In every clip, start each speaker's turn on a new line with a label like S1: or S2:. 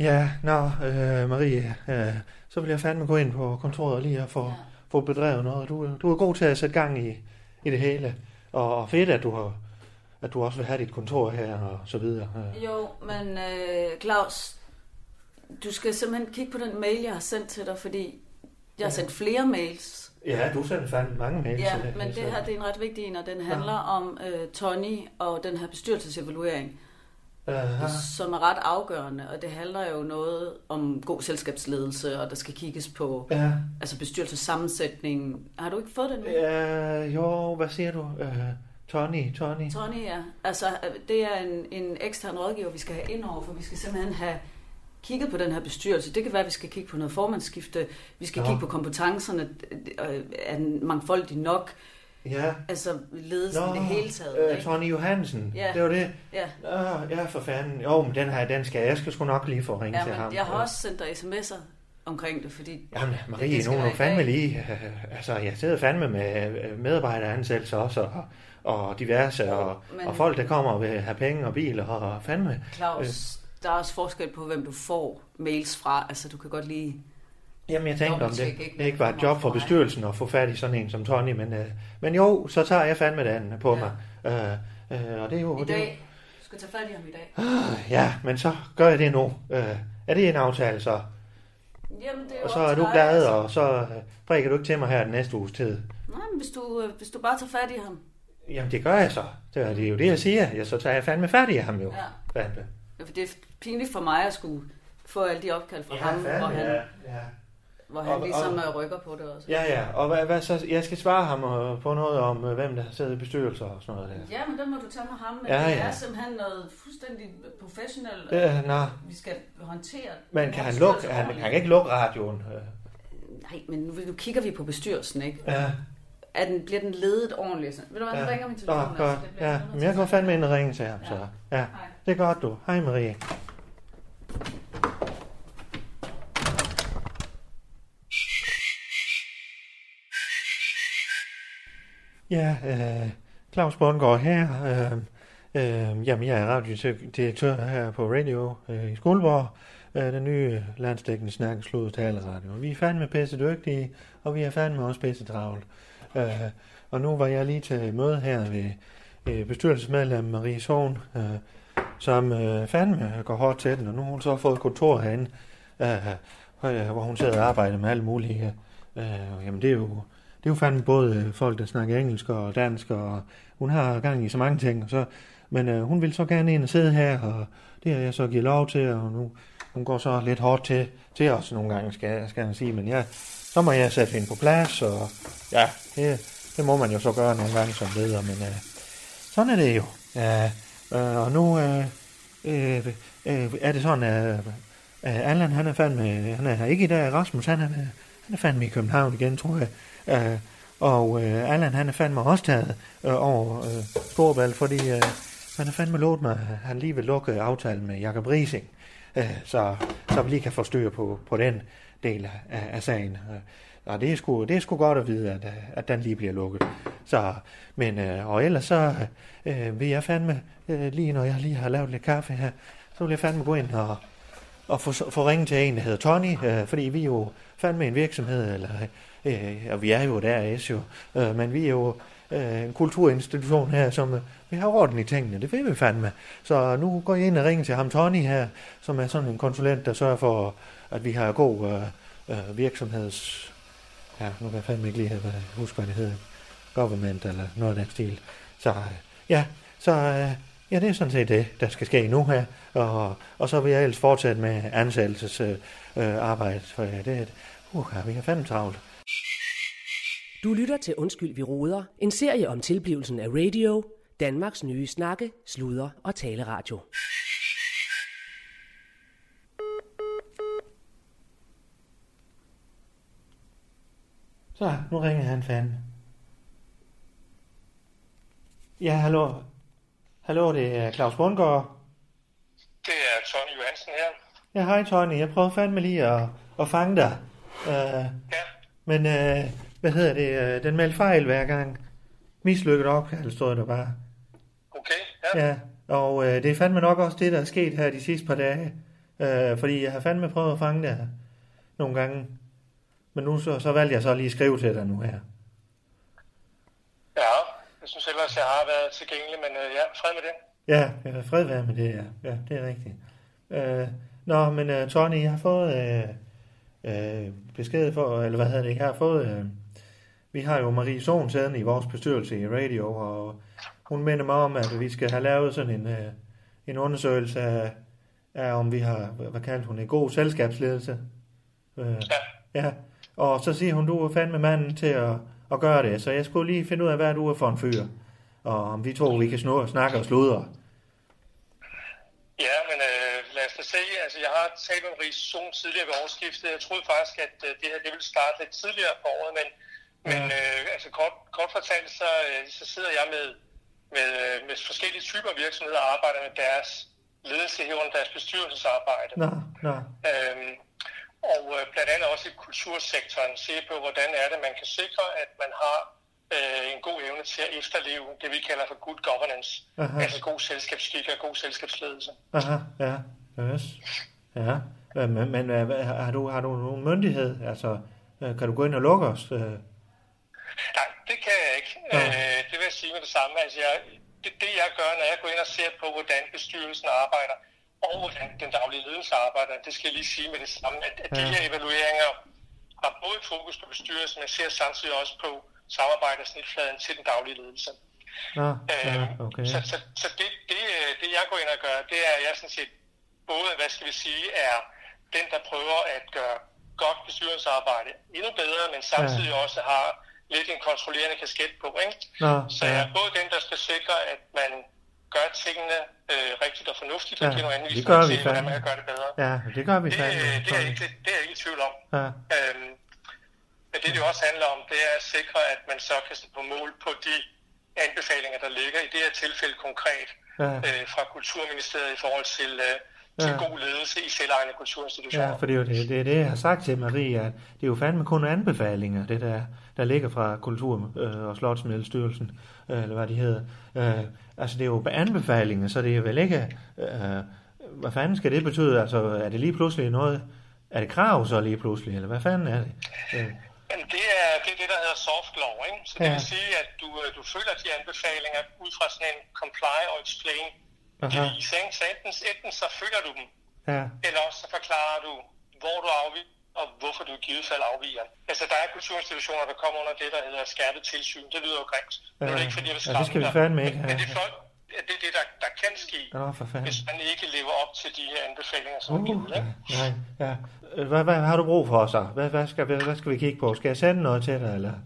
S1: Ja, nå, øh, Marie, øh, så vil jeg fandme gå ind på kontoret lige og få, ja. få bedrevet noget. Du, er- du er god til at sætte gang i, i det hele, og, og fedt, at du, har, at du også vil have dit kontor her og så videre. Øh.
S2: Jo, men øh, Claus, du skal simpelthen kigge på den mail, jeg har sendt til dig, fordi jeg har sendt flere mails.
S1: Ja, du sender fandme mange mails.
S2: Ja,
S1: til altså.
S2: men
S1: så-
S2: det her det er en ret vigtig en, og den handler om øh, Tony og den her bestyrelsesevaluering,
S1: Aha.
S2: som er ret afgørende, og det handler jo noget om god selskabsledelse, og der skal kigges på
S1: Ja,
S2: altså bestyrelsessammensætningen. Har du ikke fået den mail?
S1: ja, jo, hvad siger du? Øh, Tony, Tony.
S2: Tony, ja. Altså, øh, det er en, en ekstern rådgiver, vi skal have ind over, for vi skal simpelthen have kigget på den her bestyrelse. Det kan være, at vi skal kigge på noget formandsskifte. Vi skal
S1: Nå.
S2: Nå. kigge på kompetencerne. øh, øh, Er den mangfoldig nok?
S1: Ja.
S2: Altså, ledelsen i det hele taget.
S1: øh,
S2: ikke?
S1: Tony Johansen,
S2: Ja.
S1: det var det.
S2: Ja.
S1: Nå, ja, for fanden. Jo, men den her, den skal jeg. Jeg skal sgu nok lige få ringe
S2: ja,
S1: til ham.
S2: men jeg har
S1: Øh.
S2: også sendt dig sms'er omkring det, fordi...
S1: Jamen, Marie,
S2: Det skal
S1: nu er
S2: være
S1: du
S2: i
S1: fandme
S2: dag.
S1: lige... Øh, altså, jeg sidder fandme med øh, medarbejderansættelser også, og, og diverse, og,
S2: men-
S1: og folk, der kommer og vil have penge og biler, og fandme...
S2: Claus, der er også forskel på, hvem du får mails fra. Altså, du kan godt lige...
S1: Jamen, jeg tænkte, om det,
S2: Dobbelttjek, ikke?
S1: det ikke var et job for bestyrelsen at få fat i sådan en som Tony, men, øh, men jo, så tager jeg fandme den på
S2: Ja.
S1: mig. Øh, øh, og det er jo...
S2: I
S1: det er jo-
S2: dag... Du skal tage fat i ham i dag.
S1: Øh, Ja, men så gør jeg det nu. Øh, er det en aftale så?
S2: Jamen, det er jo
S1: Og så
S2: op
S1: er
S2: til
S1: du
S2: dig,
S1: glad,
S2: altså.
S1: og så øh, prikker du ikke til mig her den næste uges tid.
S2: Nej, men hvis du, øh, hvis du bare tager fat i ham.
S1: Jamen, det gør jeg så. Det er, det er jo det, jeg siger. Ja, så tager jeg fandme fat i ham jo.
S2: Ja.
S1: Fandme.
S2: Ja, for det er pinligt for mig at skulle få alle de opkald fra ham, hvor han,
S1: ja, ja.
S2: hvor han
S1: Og-
S2: ligesom
S1: og-
S2: øh, rykker på det også.
S1: ja, ja. Og hvad, hvad så? Jeg skal svare ham øh, på noget om, øh, hvem der sidder i bestyrelser og sådan noget der.
S2: Ja, men det må du tage med ham, men
S1: Ja,
S2: ja, det
S1: ja.
S2: er simpelthen noget fuldstændig professionelt, øh,
S1: Ja. Øh, nå,
S2: vi skal håndtere.
S1: men kan han lukke? Han, han kan ikke lukke radioen. Øh,
S2: Nej, men nu, nu kigger vi på bestyrelsen, ikke?
S1: Ja,
S2: Er den, bliver den ledet ordentligt? Sådan? Ved du hvad,
S1: ja.
S2: han ringer min
S1: Nå,
S2: telefon, altså,
S1: godt.
S2: det bliver
S1: Ja,
S2: jeg nødt
S1: men
S2: til
S1: jeg
S2: at
S1: går
S2: tage.
S1: fandme ind og ringe til ham, så. Ja,
S2: Hej.
S1: det er godt du. Hej Marie. Ja, øh, Claus Bundgaard her. Øh, øh, jamen, jeg er radiodirektør her på Radio øh, i Skuldborg. Øh, den nye landstækkende snak, slået taleradio. Vi er fandme pisse dygtige, og vi er fandme også pisse travlt. Øh, og nu var jeg lige til møde her ved øh, bestyrelsesmedlem Marie Sohn, øh, som øh, fandme går hårdt til den, og nu har hun så fået kontor herinde, øh, øh, hvor hun sidder og arbejder med alt muligt. Øh, øh, jamen det er jo, det er jo fandme både øh, folk, der snakker engelsk og dansk, og hun har gang i så mange ting, og så, men øh, hun vil så gerne ind og sidde her, og det har jeg så givet lov til, og nu hun går så lidt hårdt til, til os nogle gange, skal, skal jeg sige, men jeg, så må jeg sætte hende på plads, og ja, det, det må man jo så gøre nogle gange som leder, men øh, sådan er det jo. Ja, øh, og nu øh, øh, øh, er det sådan, at øh, Allan han er fandme, han er her ikke i dag, Rasmus han er, han er fandme i København igen, tror jeg. Øh, og øh, Allan han er fandme også taget øh, over øh, Storbald, fordi øh, han har fandme lovet mig, at han lige vil lukke aftalen med Jakob Rising, øh, så, så vi lige kan få styr på, på den del af, af sagen. Øh, Og det er, sgu, det er sgu godt at vide, at, øh, at den lige bliver lukket. Så, men, øh, og ellers så øh, vil jeg fandme, øh, lige når jeg lige har lavet lidt kaffe her, så vil jeg fandme gå ind og, og få, få ringet til en, der hedder Tony, øh, fordi vi er jo fandme en virksomhed, eller, øh, og vi er jo der, S jo, øh, men vi er jo øh, en kulturinstitution her, som øh, vi har orden i tingene, det vil vi fandme. Så nu går jeg ind og ringer til ham Tony her, som er sådan en konsulent, der sørger for, at vi har god øh, øh, virksomheds... Ja, nu kan jeg fandme ikke lige have- huske, hvad det hedder. Government eller noget af den stil. Så øh, ja, så øh, ja, det er sådan set det, der skal ske nu her. Og, og så vil jeg ellers fortsætte med ansættelsesarbejdet, øh, øh, arbejde, for øh, det er et... Uh, vi har fandme travlt.
S3: Du lytter til Undskyld, vi råder. En serie om tilblivelsen af radio. Danmarks nye snakke, sludre og taleradio.
S1: Så, nu ringer han fanden. Ja, hallo. Hallo, det er Claus Bundgaard.
S4: Det er Tony Johansen her.
S1: Ja, hej Tony. Jeg prøver fandme lige at, at fange dig. Uh,
S4: Ja,
S1: men, uh, hvad hedder det? Uh, den meldte fejl hver gang. Mislykket opkald stod der bare.
S4: okay. Ja. ja.
S1: Ja, og øh, det er fandme nok også det, der er sket her de sidste par dage. Øh, fordi jeg har fandme prøvet at fange dig nogle gange. Men nu så, så valgte jeg så lige at skrive til dig nu her.
S4: ja. Jeg synes ellers, jeg har været tilgængelig, men øh, ja, fred med det.
S1: Ja, øh, fred være med det, ja. Ja, det er rigtigt. Øh, nå, men øh, Tony, jeg har fået øh, øh, besked for, eller hvad hedder det, jeg har fået, øh, vi har jo Marie Sohn siddende i vores bestyrelse i radio, og hun minder mig om, at vi skal have lavet sådan en, øh, en undersøgelse af, af, om vi har, hvad kaldte hun, en god selskabsledelse. Øh,
S4: Ja.
S1: ja, og så siger hun, du er fandme manden til at, at gøre det, så jeg skulle lige finde ud af, hvad du er for en fyr, og om vi to, vi kan snor, snakke og sludre.
S4: Ja, men øh, lad os da se. Altså, jeg har talt med Marie Sohn tidligere ved årsskiftet. Jeg troede faktisk, at øh, det her det ville starte lidt tidligere på året, men, men
S1: Ja.
S4: øh, altså, kort, kort fortalt, så, øh, så sidder jeg med, med, øh, med forskellige typer virksomheder og arbejder med deres ledelse herunder deres bestyrelsesarbejde.
S1: Nå, nå,
S4: Øhm, og øh, blandt andet også i kultursektoren se på, hvordan er det, man kan sikre, at man har øh, en god evne til at efterleve det, vi kalder for good governance.
S1: Aha.
S4: Altså god selskabsskik og god selskabsledelse.
S1: aha, ja, yes, ja. Øh, Men, men øh, hvad- har du, har du nogen myndighed? Altså, øh, kan du gå ind og lukke os? Øh,
S4: Nej, det kan jeg ikke.
S1: Nå.
S4: Øh, det vil jeg sige med det samme. Altså, jeg, det, det jeg gør, når jeg går ind og ser på, hvordan bestyrelsen arbejder, og hvordan den daglige ledelse arbejder, det skal jeg lige sige med det samme, at, at de
S1: Ja.
S4: her evalueringer har både fokus på bestyrelsen, men ser samtidig også på samarbejde og snitfladen til den daglige ledelse.
S1: Nå, ja,
S4: Øh,
S1: okay.
S4: Så, så, så det, det, øh, det, jeg går ind og gør, det er, at jeg sådan set både, hvad skal vi sige, er den, der prøver at gøre godt bestyrelsesarbejde endnu bedre, men samtidig også har lidt en kontrollerende kasket på, ikke?
S1: Nå,
S4: Så jeg
S1: ja.
S4: er både den, der skal sikre, at man gør tingene øh, rigtigt og fornuftigt, og
S1: Ja,
S4: giver nogle
S1: det
S4: anvisninger
S1: gør vi
S4: til, hvordan
S1: fandme.
S4: man kan gøre det bedre.
S1: Ja, det gør vi
S4: Det, øh,
S1: fandme.
S4: det, er jeg
S1: Tony.
S4: ikke, det er jeg ikke i tvivl om.
S1: Ja,
S4: Øhm, men det, det jo også handler om, det er at sikre, at man så kan stå på mål på de anbefalinger, der ligger i det her tilfælde konkret
S1: ja,
S4: øh, fra Kulturministeriet i forhold til, øh, til
S1: Ja.
S4: god ledelse i selvejende
S1: ja,
S4: kulturinstitutioner.
S1: for det er jo det, det, er det, jeg har sagt til Marie, at det er jo fandme kun anbefalinger, det der, der ligger fra Kultur- øh, og Slotsmiddelstyrelsen, øh, eller hvad de hedder. Øh, altså, det er jo anbefalinger, så det er vel ikke... Øh, hvad fanden skal det betyde? Altså, er det lige pludselig noget... Er det krav så lige pludselig, eller hvad fanden er det? Øh,
S4: Men det er, det er det, der hedder soft law, ikke? Så det
S1: Ja.
S4: vil sige, at du, øh, du følger de anbefalinger ud fra sådan en comply og explain
S1: aha,
S4: devis, ikke? Så enten, enten så følger du dem,
S1: ja,
S4: eller også så forklarer du, hvor du afviger, og hvorfor du i givet fald afviger. Altså, der er kulturinstitutioner, der kommer under det, der hedder skærpet tilsyn. Det lyder jo grimt. Ja, det er
S1: Ja,
S4: ikke, fordi jeg vil
S1: ja, det skal
S4: skræmme
S1: vi
S4: dig.
S1: fandme ikke
S4: Men- Men
S1: have.
S4: det er, flot, at det, er det der, der kan ske,
S1: nå for fanden.
S4: hvis man ikke lever op til de her anbefalinger, som er
S1: Uh,
S4: givet.
S1: ja,
S4: ikke?
S1: nej, ja. Øh, Hvad, hvad har du brug for så? Hvad, hvad, skal, hvad, hvad skal vi kigge på? Skal jeg sende noget til dig, eller...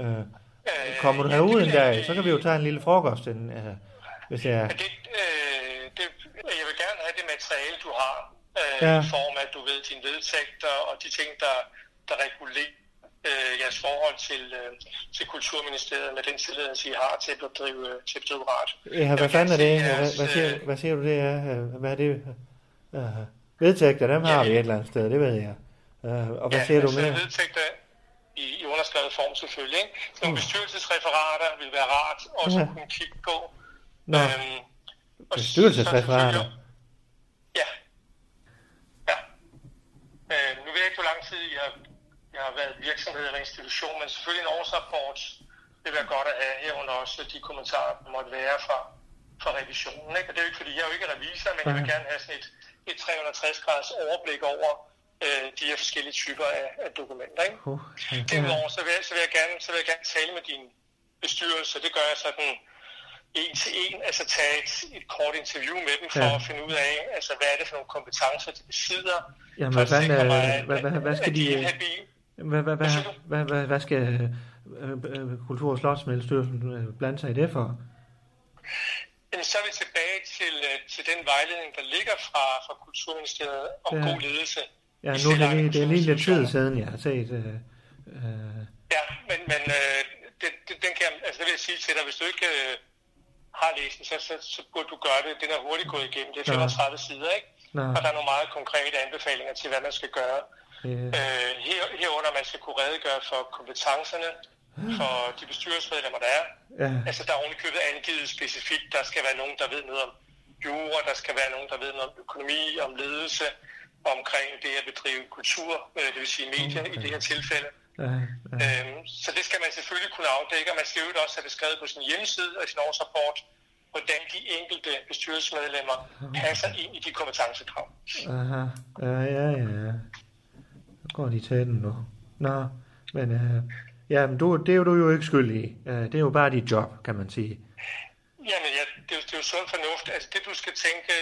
S1: Øh,
S4: Øh,
S1: Kommer du
S4: ja,
S1: herud
S4: det
S1: en
S4: kan
S1: dag,
S4: jeg-
S1: så kan vi jo tage en lille frokost, en, øh, hvis jeg...
S4: Men Det, øh, det, jeg vil gerne have det materiale, du har, øh,
S1: Ja.
S4: ja. i form af, at du ved dine vedtægter og de ting, der, der regulerer øh, jeres forhold til, øh, til Kulturministeriet med den tilladelse, I har til at drive, til at drive radio.
S1: Ja, hvad
S4: vil
S1: fanden er
S4: gerne
S1: det?
S4: se
S1: Hvad,
S4: jeres,
S1: hvad, siger,
S4: øh,
S1: hvad siger du det er? Øh, Hvad er det? Øh, vedtægter, dem har vi et eller andet sted, det ved jeg. Øh, og hvad siger du
S4: altså,
S1: mere?
S4: Vedtægter i, i underskrevet form selvfølgelig. Ikke? Nogle bestyrelsesreferater vil være rart også
S1: Mm. Ja.
S4: at kunne kigge på.
S1: Nå,
S4: Øhm, og så
S1: Bestyrelsesreferater?
S4: selvfølgelig- Ja. Ja. Øh, nu ved jeg ikke, hvor lang tid jeg, jeg har været virksomhed eller institution, men selvfølgelig en årsrapport vil være godt at have herunder også de kommentarer, der måtte være fra, fra revisionen. Ikke? Og det er jo ikke, fordi jeg er jo ikke revisor, men jeg vil
S1: Nej.
S4: gerne have sådan et, et 360-graders overblik over øh, de her forskellige typer af, af dokumenter. Ikke?
S1: uh,
S4: Derudover, så vil, jeg, så, vil jeg gerne, så vil jeg gerne tale med din bestyrelse. Det gør jeg sådan en til en, altså tage et, et kort interview med dem for
S1: Ja.
S4: ja. at finde ud af, altså hvad er det for nogle kompetencer, de besidder.
S1: Jamen,
S4: for at
S1: hvad fanden,
S4: sikre
S1: øh,
S4: mig, at-
S1: hvad- hvad- hvad
S4: at-
S1: skal
S4: at
S1: de,
S4: er
S1: øh,
S4: habile.
S1: hvad, hvad, hvad,
S4: siger du?
S1: hvad, hvad, hvad skal øh, øh, Kultur- og Slotsmiddelstyrelsen øh, blande sig i det for?
S4: Jamen, så er vi tilbage til, øh, til den vejledning, der ligger fra, fra Kulturministeriet om
S1: Ja.
S4: ja. god ledelse.
S1: Ja, nu
S4: i
S1: er det,
S4: selvejende
S1: lige- det er lige lidt tid
S4: kulturinstitutioner.
S1: siden, jeg har set... Øh, øh,
S4: Ja, men, men øh, det, det, den kan, jeg- altså, det vil jeg sige til dig, hvis du ikke øh, har læst den, så, så, så burde du gøre det. Den er hurtigt gået igennem. Det er
S1: Ja.
S4: 35 sider, ikke?
S1: Ja.
S4: Og der er nogle meget konkrete anbefalinger til, hvad man skal gøre.
S1: Øh,
S4: Øh, her, herunder, man skal kunne redegøre for kompetencerne for de bestyrelsesmedlemmer, der er.
S1: ja,
S4: Altså, der er ovenikøbet angivet specifikt, der skal være nogen, der ved noget om jura, der skal være nogen, der ved noget om økonomi, om ledelse, omkring det at bedrive kultur, øh, det vil sige medier i det her tilfælde.
S1: ja, ja,
S4: Øhm, så det skal man selvfølgelig kunne afdække, og man skal jo også have det skrevet på sin hjemmeside og i sin årsrapport, hvordan de enkelte bestyrelsesmedlemmer passer ind i de kompetencekrav.
S1: aha, ja, ja, ja. Nu går de til den nu. Nå, men øh, ja, men du, det er jo du jo ikke skyldig i. Øh, det er jo bare dit job, kan man sige.
S4: Jamen, ja, det, er jo, det er jo sund fornuft. Altså, det du skal tænke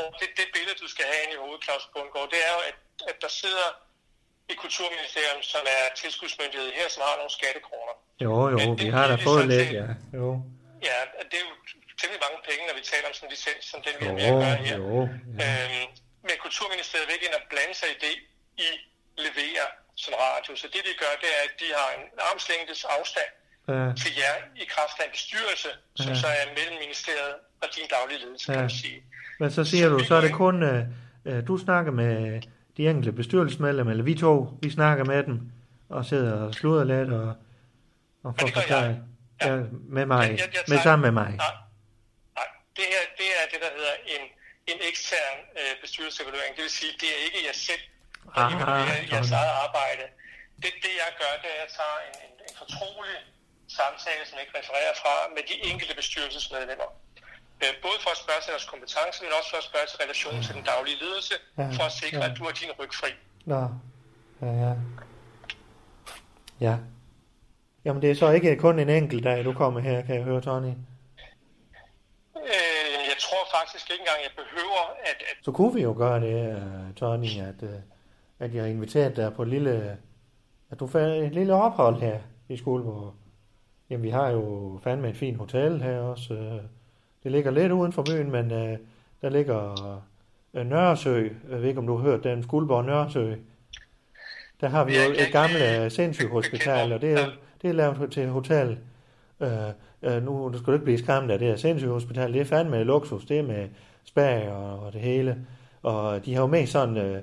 S4: over, det, det billede, du skal have ind i hovedet, Claus Bundgaard, det er jo, at, at der sidder et kulturministerium, som er tilskudsmyndighed her, som har nogle skattekroner.
S1: Jo, jo, vi har da fået lidt, ja. Jo,
S4: Ja, og det er jo temmelig mange penge, når vi taler om sådan en licens, som den vi
S1: jo,
S4: har med at gøre her.
S1: jo. Ja.
S4: Øhm, men Kulturministeriet vil ikke ind og blande sig i det, I leverer som radio. Så det, de gør, det er, at de har en armslængdes afstand
S1: Ja, Øh,
S4: til jer i kraft af en bestyrelse, som
S1: Ja.
S4: så er mellem ministeriet og din daglige ledelse, kan
S1: Ja.
S4: man sige.
S1: Men så siger du, så er det kun, øh, øh, du snakker med de enkelte bestyrelsesmedlemmer, eller vi to, vi snakker med dem, og sidder og sluder lidt, og, og får
S4: det gør jeg.
S1: forklaret.
S4: Ja.
S1: Ja, med mig.
S4: Jeg- jeg- jeg
S1: med
S4: tager-
S1: sammen med mig.
S4: Nej, nej. Det her det er det, der hedder en, en ekstern øh, bestyrelsesevaluering. Det vil sige, det er ikke jer selv, der
S1: Ah,
S4: evaluerer jeres
S1: sådan.
S4: eget arbejde. Det, det, jeg gør, det er, at jeg tager en, en, en fortrolig samtale, som jeg ikke refererer fra, med de enkelte bestyrelsesmedlemmer. Øh, Både for at spørge til deres kompetence, men også for at spørge til relationen til den daglige ledelse,
S1: Ja,
S4: for at sikre,
S1: ja.
S4: at du har din ryg fri.
S1: Nå. Ja, ja. Ja. Jamen, det er så ikke kun en enkelt dag, du kommer her, kan jeg høre, Tony.
S4: Øh, jeg tror faktisk ikke engang, jeg behøver at, at
S1: Så kunne vi jo gøre det, øh, Tony, at, øh, at jeg inviterede dig på et lille, at du fandt et lille ophold her i Skuldborg. Jamen, vi har jo fandme et fint hotel her også. øh. Det ligger lidt uden for byen, men øh, der ligger øh, Nørresø. Jeg ved ikke, om du har hørt den, Skuldborg Nørresø. Der har vi
S4: Ja,
S1: jo
S4: jeg kan
S1: et gammelt
S4: ikke-
S1: øh, sindssygt hospital, og det
S4: Ja.
S1: er, det er lavet til hotel. Øh, øh, nu du skal du ikke blive skræmt af det her sindssyge hospital. Det er fandme luksus. Det er med spag og, og det hele. Og de har jo mest sådan øh,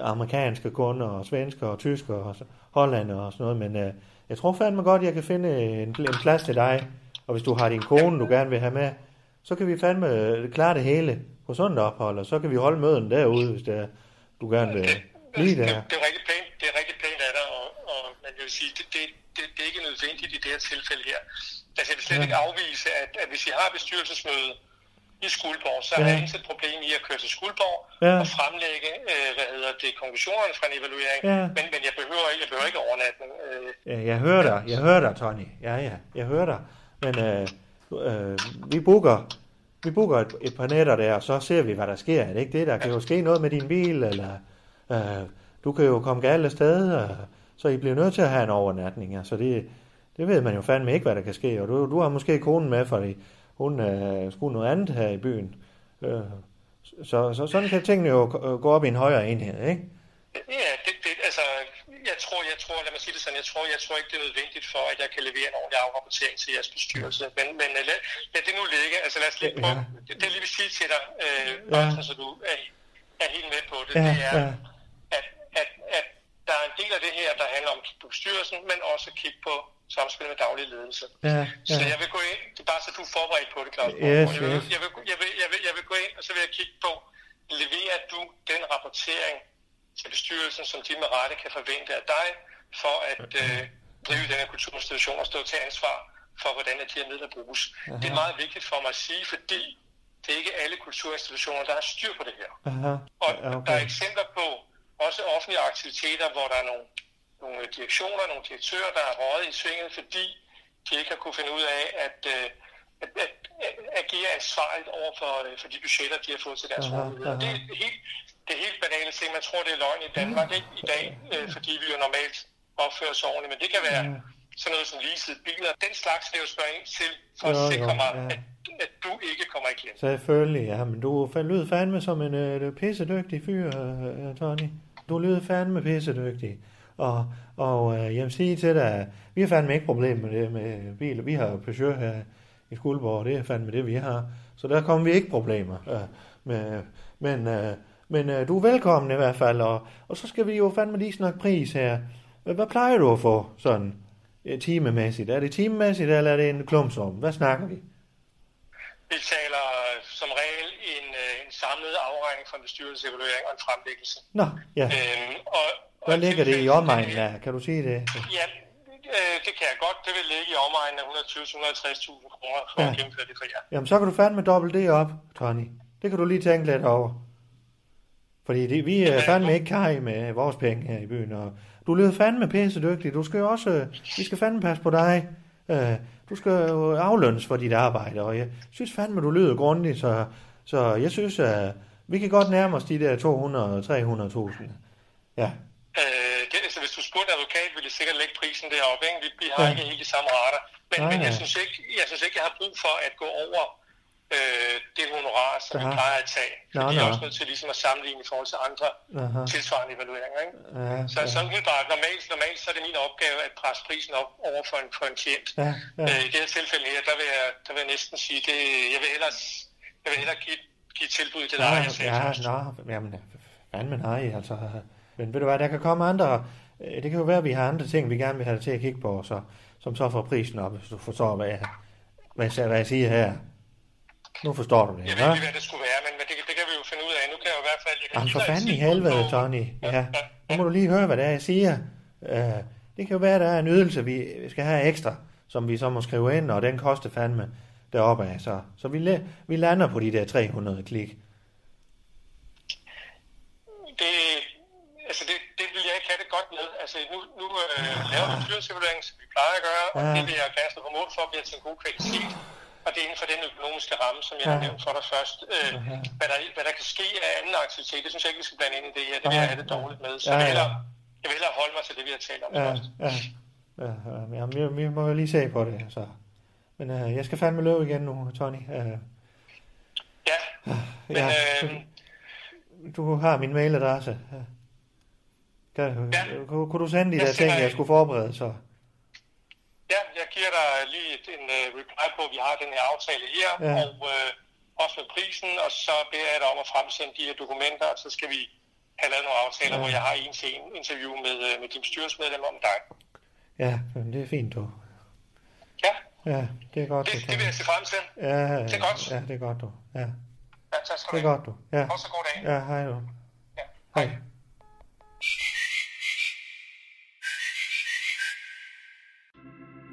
S1: amerikanske kunder, og svensker, og tysker, og så- hollander og sådan noget. Men øh, jeg tror fandme godt, jeg kan finde en, en plads til dig. Og hvis du har din kone, du gerne vil have med, så kan vi fandme øh, klare det hele på sundt ophold, og så kan vi holde møden derude, hvis det er, du gerne vil blive
S4: Øh, det,
S1: der.
S4: det, er rigtig pænt, det er rigtig pænt af dig, og, og man vil sige, det, det, det, det, er ikke nødvendigt i det her tilfælde her. Altså, jeg vil slet
S1: Ja.
S4: ja. ikke afvise, at, at hvis I har bestyrelsesmøde i Skuldborg, så ja. har
S1: Ja.
S4: jeg intet problem i at køre til Skuldborg
S1: Ja.
S4: ja. og fremlægge, øh, hvad hedder det, konklusionerne fra en evaluering,
S1: Ja.
S4: ja. men, men jeg, behøver, ikke- jeg behøver ikke overnatning. Øh,
S1: Øh, Jeg hører dig, jeg hører dig, Tony. Ja, ja, jeg hører dig. Men øh, øh, vi booker, vi booker et, et par nætter der, og så ser vi, hvad der sker. Er det ikke det? Der kan jo ske noget med din bil, eller øh, du kan jo komme galt af sted, og, så I bliver nødt til at have en overnatning. Altså det, det ved man jo fandme ikke, hvad der kan ske. Og du, du har måske konen med, fordi hun øh, skulle noget andet her i byen. Øh, så, så sådan kan tingene jo øh, gå op i en højere enhed, ikke?
S4: Ja, det, det, altså, jeg tror, jeg tror, lad mig sige det sådan, jeg tror, jeg tror ikke, det er nødvendigt for, at jeg kan levere en ordentlig afrapportering til jeres bestyrelse. Men, men øh, lad, lad det nu ligge. Altså, lad os lige
S1: Ja.
S4: prøve. Det, det, jeg lige vil sige til dig, øh,
S1: Ja.
S4: ja. så du er, er helt med på det,
S1: Ja,
S4: det er,
S1: ja.
S4: at, at, at der er en del af det her, der handler om at kigge på bestyrelsen, men også at kigge på samspil med daglig ledelse.
S1: Ja,
S4: Så jeg vil gå ind, det er bare så du er forberedt på det, Claus.
S1: Yes,
S4: Borg. jeg, vil,
S1: yes.
S4: jeg, vil, jeg, vil, jeg, vil, jeg vil gå ind, og så vil jeg kigge på, leverer du den rapportering til bestyrelsen, som de med rette kan forvente af dig, for at øh, drive den her kulturinstitution og stå til ansvar for, hvordan at de her midler bruges. Det er meget vigtigt for mig at sige, fordi det er ikke alle kulturinstitutioner, der har styr på det her.
S1: Aha.
S4: Og
S1: Ja,
S4: okay. der er eksempler på også offentlige aktiviteter, hvor der er nogle, nogle direktioner, nogle direktører, der er røget i svinget, fordi de ikke har kunne finde ud af at, øh, at, at, at agere ansvarligt over for, øh, for de budgetter, de har fået til deres
S1: Aha, Mm.
S4: rådighed. Og Det er helt, det er helt banale ting. Man tror, det er løgn i Danmark ikke? i dag, øh, fordi vi jo normalt opfører os ordentligt. Men det kan
S1: Mm.
S4: være sådan noget som leasede biler. Den slags vil jeg jo spørge ind til for at
S1: Jo, jo,
S4: sikre mig,
S1: ja.
S4: at, at du ikke kommer i klemme.
S1: Selvfølgelig, ja, men du fa- lød øh, fandme som en øh, pissedygtig fyr, øh, øh, Tony. Du lød fandme pissedygtig. Og, og øh, jeg vil sige til dig, at vi har fandme ikke problem med det med biler. Vi har Peugeot her i Skuldborg, og det er fandme det, vi har. Så der kommer vi ikke problemer øh, med. Men, øh, men øh, du er velkommen i hvert fald, og, og så skal vi jo fandme lige snakke pris her. Hvad, hvad plejer du at få sådan øh, timemæssigt? Er det timemæssigt, eller er det en klumsum? Hvad snakker vi?
S4: Vi taler øh, som regel en, øh, en samlet afregning fra en bestyrelsesevaluering og en fremlæggelse.
S1: Nå, ja.
S4: Øhm, og, og
S1: Hvad ligger det i
S4: tilfældet-
S1: omegnen af? Kan du sige det?
S4: Ja, øh, det kan jeg godt. Det vil ligge i omegnen af 120-160.000 kroner for ja.
S1: Ja.
S4: at gennemføre det for jer.
S1: Jamen, så kan du fandme dobbelt det op, Tony. Det kan du lige tænke lidt over. Fordi det, vi er fandme ikke kaj med vores penge her i byen, og du lyder fandme pissedygtig. Du skal jo også, øh, vi skal fandme passe på dig. Øh, Du skal jo aflønnes for dit arbejde, og jeg synes fandme, du lyder grundig, så, så jeg synes, at vi kan godt nærme os de der 200-300.000. Ja,
S4: Øh, det, altså, hvis du spurgte en advokat, ville det sikkert lægge prisen deroppe. Ikke? Vi, vi har
S1: Ja.
S4: ja. ikke helt de samme rater. Men,
S1: Nej,
S4: men jeg,
S1: nej.
S4: synes ikke, jeg synes ikke, jeg har brug for at gå over øh, det honorar, som vi
S1: Aha.
S4: plejer at tage.
S1: Nå,
S4: Fordi jeg er
S1: nå.
S4: også nødt til ligesom at sammenligne i forhold til andre
S1: aha.
S4: tilsvarende evalueringer. Ikke?
S1: Ja,
S4: Så, så umiddelbart, normalt, normalt så er det min opgave at presse prisen op over for en, for en klient.
S1: ja, ja,
S4: Øh, I det her tilfælde her, der vil jeg, der vil jeg næsten sige, det, jeg vil ellers, jeg vil hellere give, give et tilbud til dig.
S1: Nej,
S4: jeg sagde
S1: ja,
S4: først.
S1: nå, jamen, fandme nej, altså. Men ved du hvad, der kan komme andre, øh, det kan jo være, at vi har andre ting, vi gerne vil have dig til at kigge på, så, som så får prisen op, hvis du forstår, hvad jeg, hvad jeg, hvad jeg siger her. Nu forstår du det,
S4: Jeg
S1: ikke?
S4: ved ikke, hvad det skulle være, men, men det, kan- det kan vi jo finde ud af. Nu kan jeg jo i hvert fald... Jeg kan
S1: Jamen
S4: give
S1: for
S4: dig et
S1: fanden i
S4: tilbud
S1: helvede,
S4: på-
S1: Tony.
S4: Ja,
S1: Ja.
S4: ja,
S1: Nu må du lige høre, hvad det er, jeg siger. Øh, det kan jo være, at der er en ydelse, vi skal have ekstra, som vi så må skrive ind, og den koster fandme deroppe af. Så, så vi, la- vi lander på de der 300 klik.
S4: Det, altså det, det vil jeg ikke have det godt med. Altså nu, nu øh, laver vi fyresevalueringen, som vi plejer at gøre, og
S1: Ja.
S4: det vil jeg gerne stå på mål for, bliver til en god kvalitet. Og det er inden for den økonomiske ramme, som jeg
S1: Ja.
S4: har nævnt for dig først. Øh,
S1: Ja.
S4: hvad, der, hvad der kan ske af anden aktivitet, det synes jeg ikke, vi skal blande ind i det her. Det vil
S1: Nej.
S4: jeg have det dårligt med. Så
S1: Ja,
S4: jeg, vil
S1: ja.
S4: hellere, jeg vil hellere holde mig til det, vi har talt om
S1: ja,
S4: først.
S1: ja, ja, ja, vi, vi må jo lige se på det, så. Men øh, jeg skal fandme løbe igen nu, Tony. Øh,
S4: Ja, men
S1: ja,
S4: øh,
S1: du har min mailadresse. Ja. Kan,
S4: Ja.
S1: kunne, kunne du sende de
S4: Jeg
S1: der
S4: sender
S1: ting, jeg
S4: en.
S1: skulle forberede, så?
S4: ja, jeg giver dig lige et, en uh, reply på, at vi har den her aftale her,
S1: Ja.
S4: ja. og øh, også med prisen, og så beder jeg dig om at fremsende de her dokumenter, og så skal vi have lavet nogle aftaler,
S1: Ja.
S4: ja. hvor jeg har en til en interview med, øh, med din bestyrelsesmedlem om dig.
S1: Ja, men det er fint, du.
S4: Ja,
S1: Ja, det er godt,
S4: det,
S1: du.
S4: det vil jeg se frem til.
S1: Ja, ja,
S4: Det er godt.
S1: Ja, det er godt, du. Ja,
S4: Ja, tak skal
S1: det
S4: du
S1: er
S4: have.
S1: godt, du. Ja,
S4: Også god dag.
S1: ja hej du.
S4: Ja.
S1: Hej.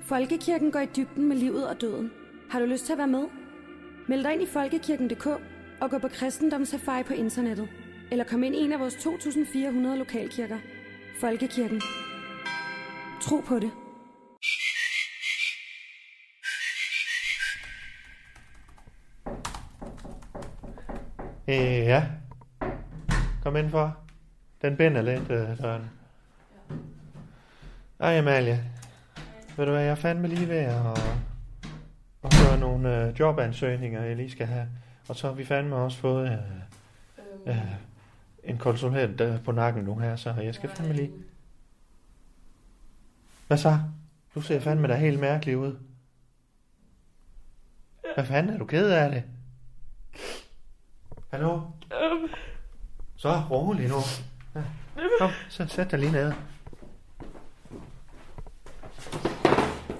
S5: Folkekirken går i dybden med livet og døden. Har du lyst til at være med? Meld dig ind i folkekirken.dk og gå på kristendomsafari på internettet. Eller kom ind i en af vores 2.400 lokalkirker. Folkekirken. Tro på det.
S1: Øh, ja. Kom indenfor. Den binder lidt, øh, Søren. Ej, Amalie. Ved du hvad, jeg er fandme lige ved at, at gøre nogle øh, jobansøgninger, jeg lige skal have. Og så har vi fandme også fået øh, øh, en konsulent øh, på nakken nu her, så jeg skal fandme lige... Hvad så? Du ser fandme da helt mærkelig ud. Hvad fanden er du ked af det? Hallo?
S6: Øhm,
S1: Så rolig nu. Ja. Kom, så sæt dig lige ned.